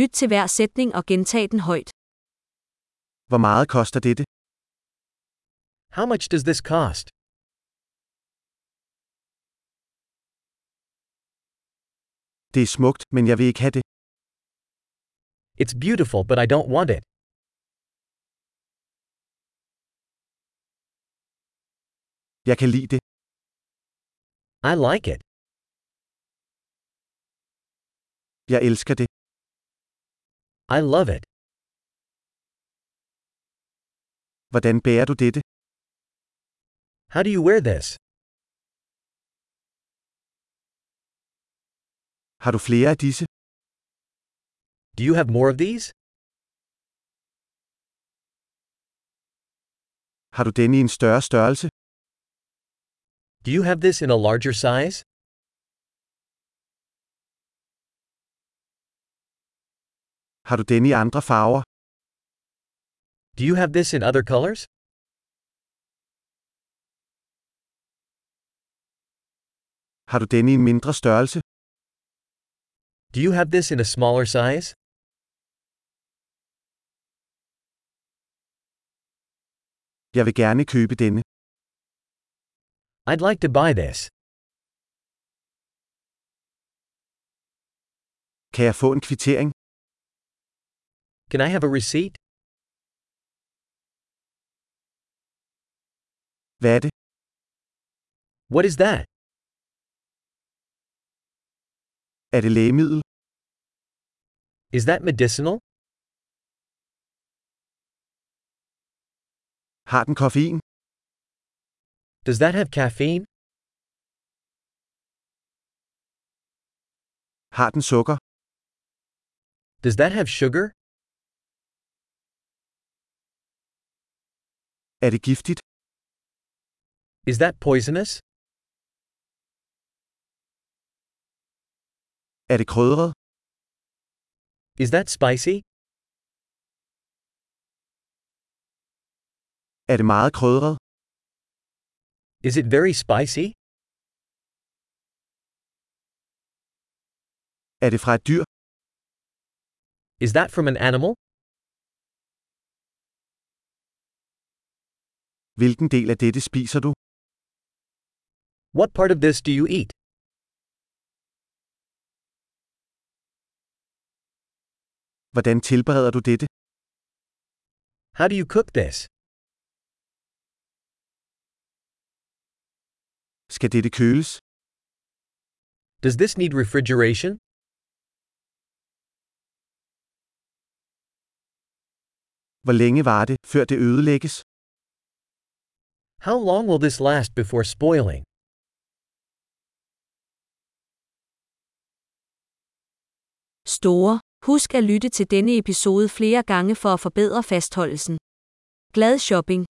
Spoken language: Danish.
Lyt til hver sætning og gentag den højt. Hvor meget koster dette? How much does this cost? Det er smukt, men jeg vil ikke have det. It's beautiful, but I don't want it. Jeg kan lide det. I like it. Jeg elsker det. I love it. Hvordan bærer du dette? How do you wear this? Har du flere af disse? Do you have more of these? Har du denne i en større størrelse? Do you have this in a larger size? Har du denne i andre farver? Do you have this in other colors? Har du denne i en mindre størrelse? Do you have this in a smaller size? Jeg vil gerne købe denne. I'd like to buy this. Kan jeg få en kvittering? Can I have a receipt? Hvad er det? What is that? Er det lægemiddel? Is that medicinal? Har den koffein? Does that have caffeine? Har den sukker? Does that have sugar? Er det giftigt? Is that poisonous? Er det krydret? Is that spicy? Er det meget krydret? Is it very spicy? Er det fra et dyr? Is that from an animal? Hvilken del af dette spiser du? What part of this do you eat? Hvordan tilbereder du dette? How do you cook this? Skal dette køles? Does this need refrigeration? Hvor længe var det, før det ødelægges? How long will this last before spoiling? Store. Husk at lytte til denne episode flere gange for at forbedre fastholdelsen. Glad shopping!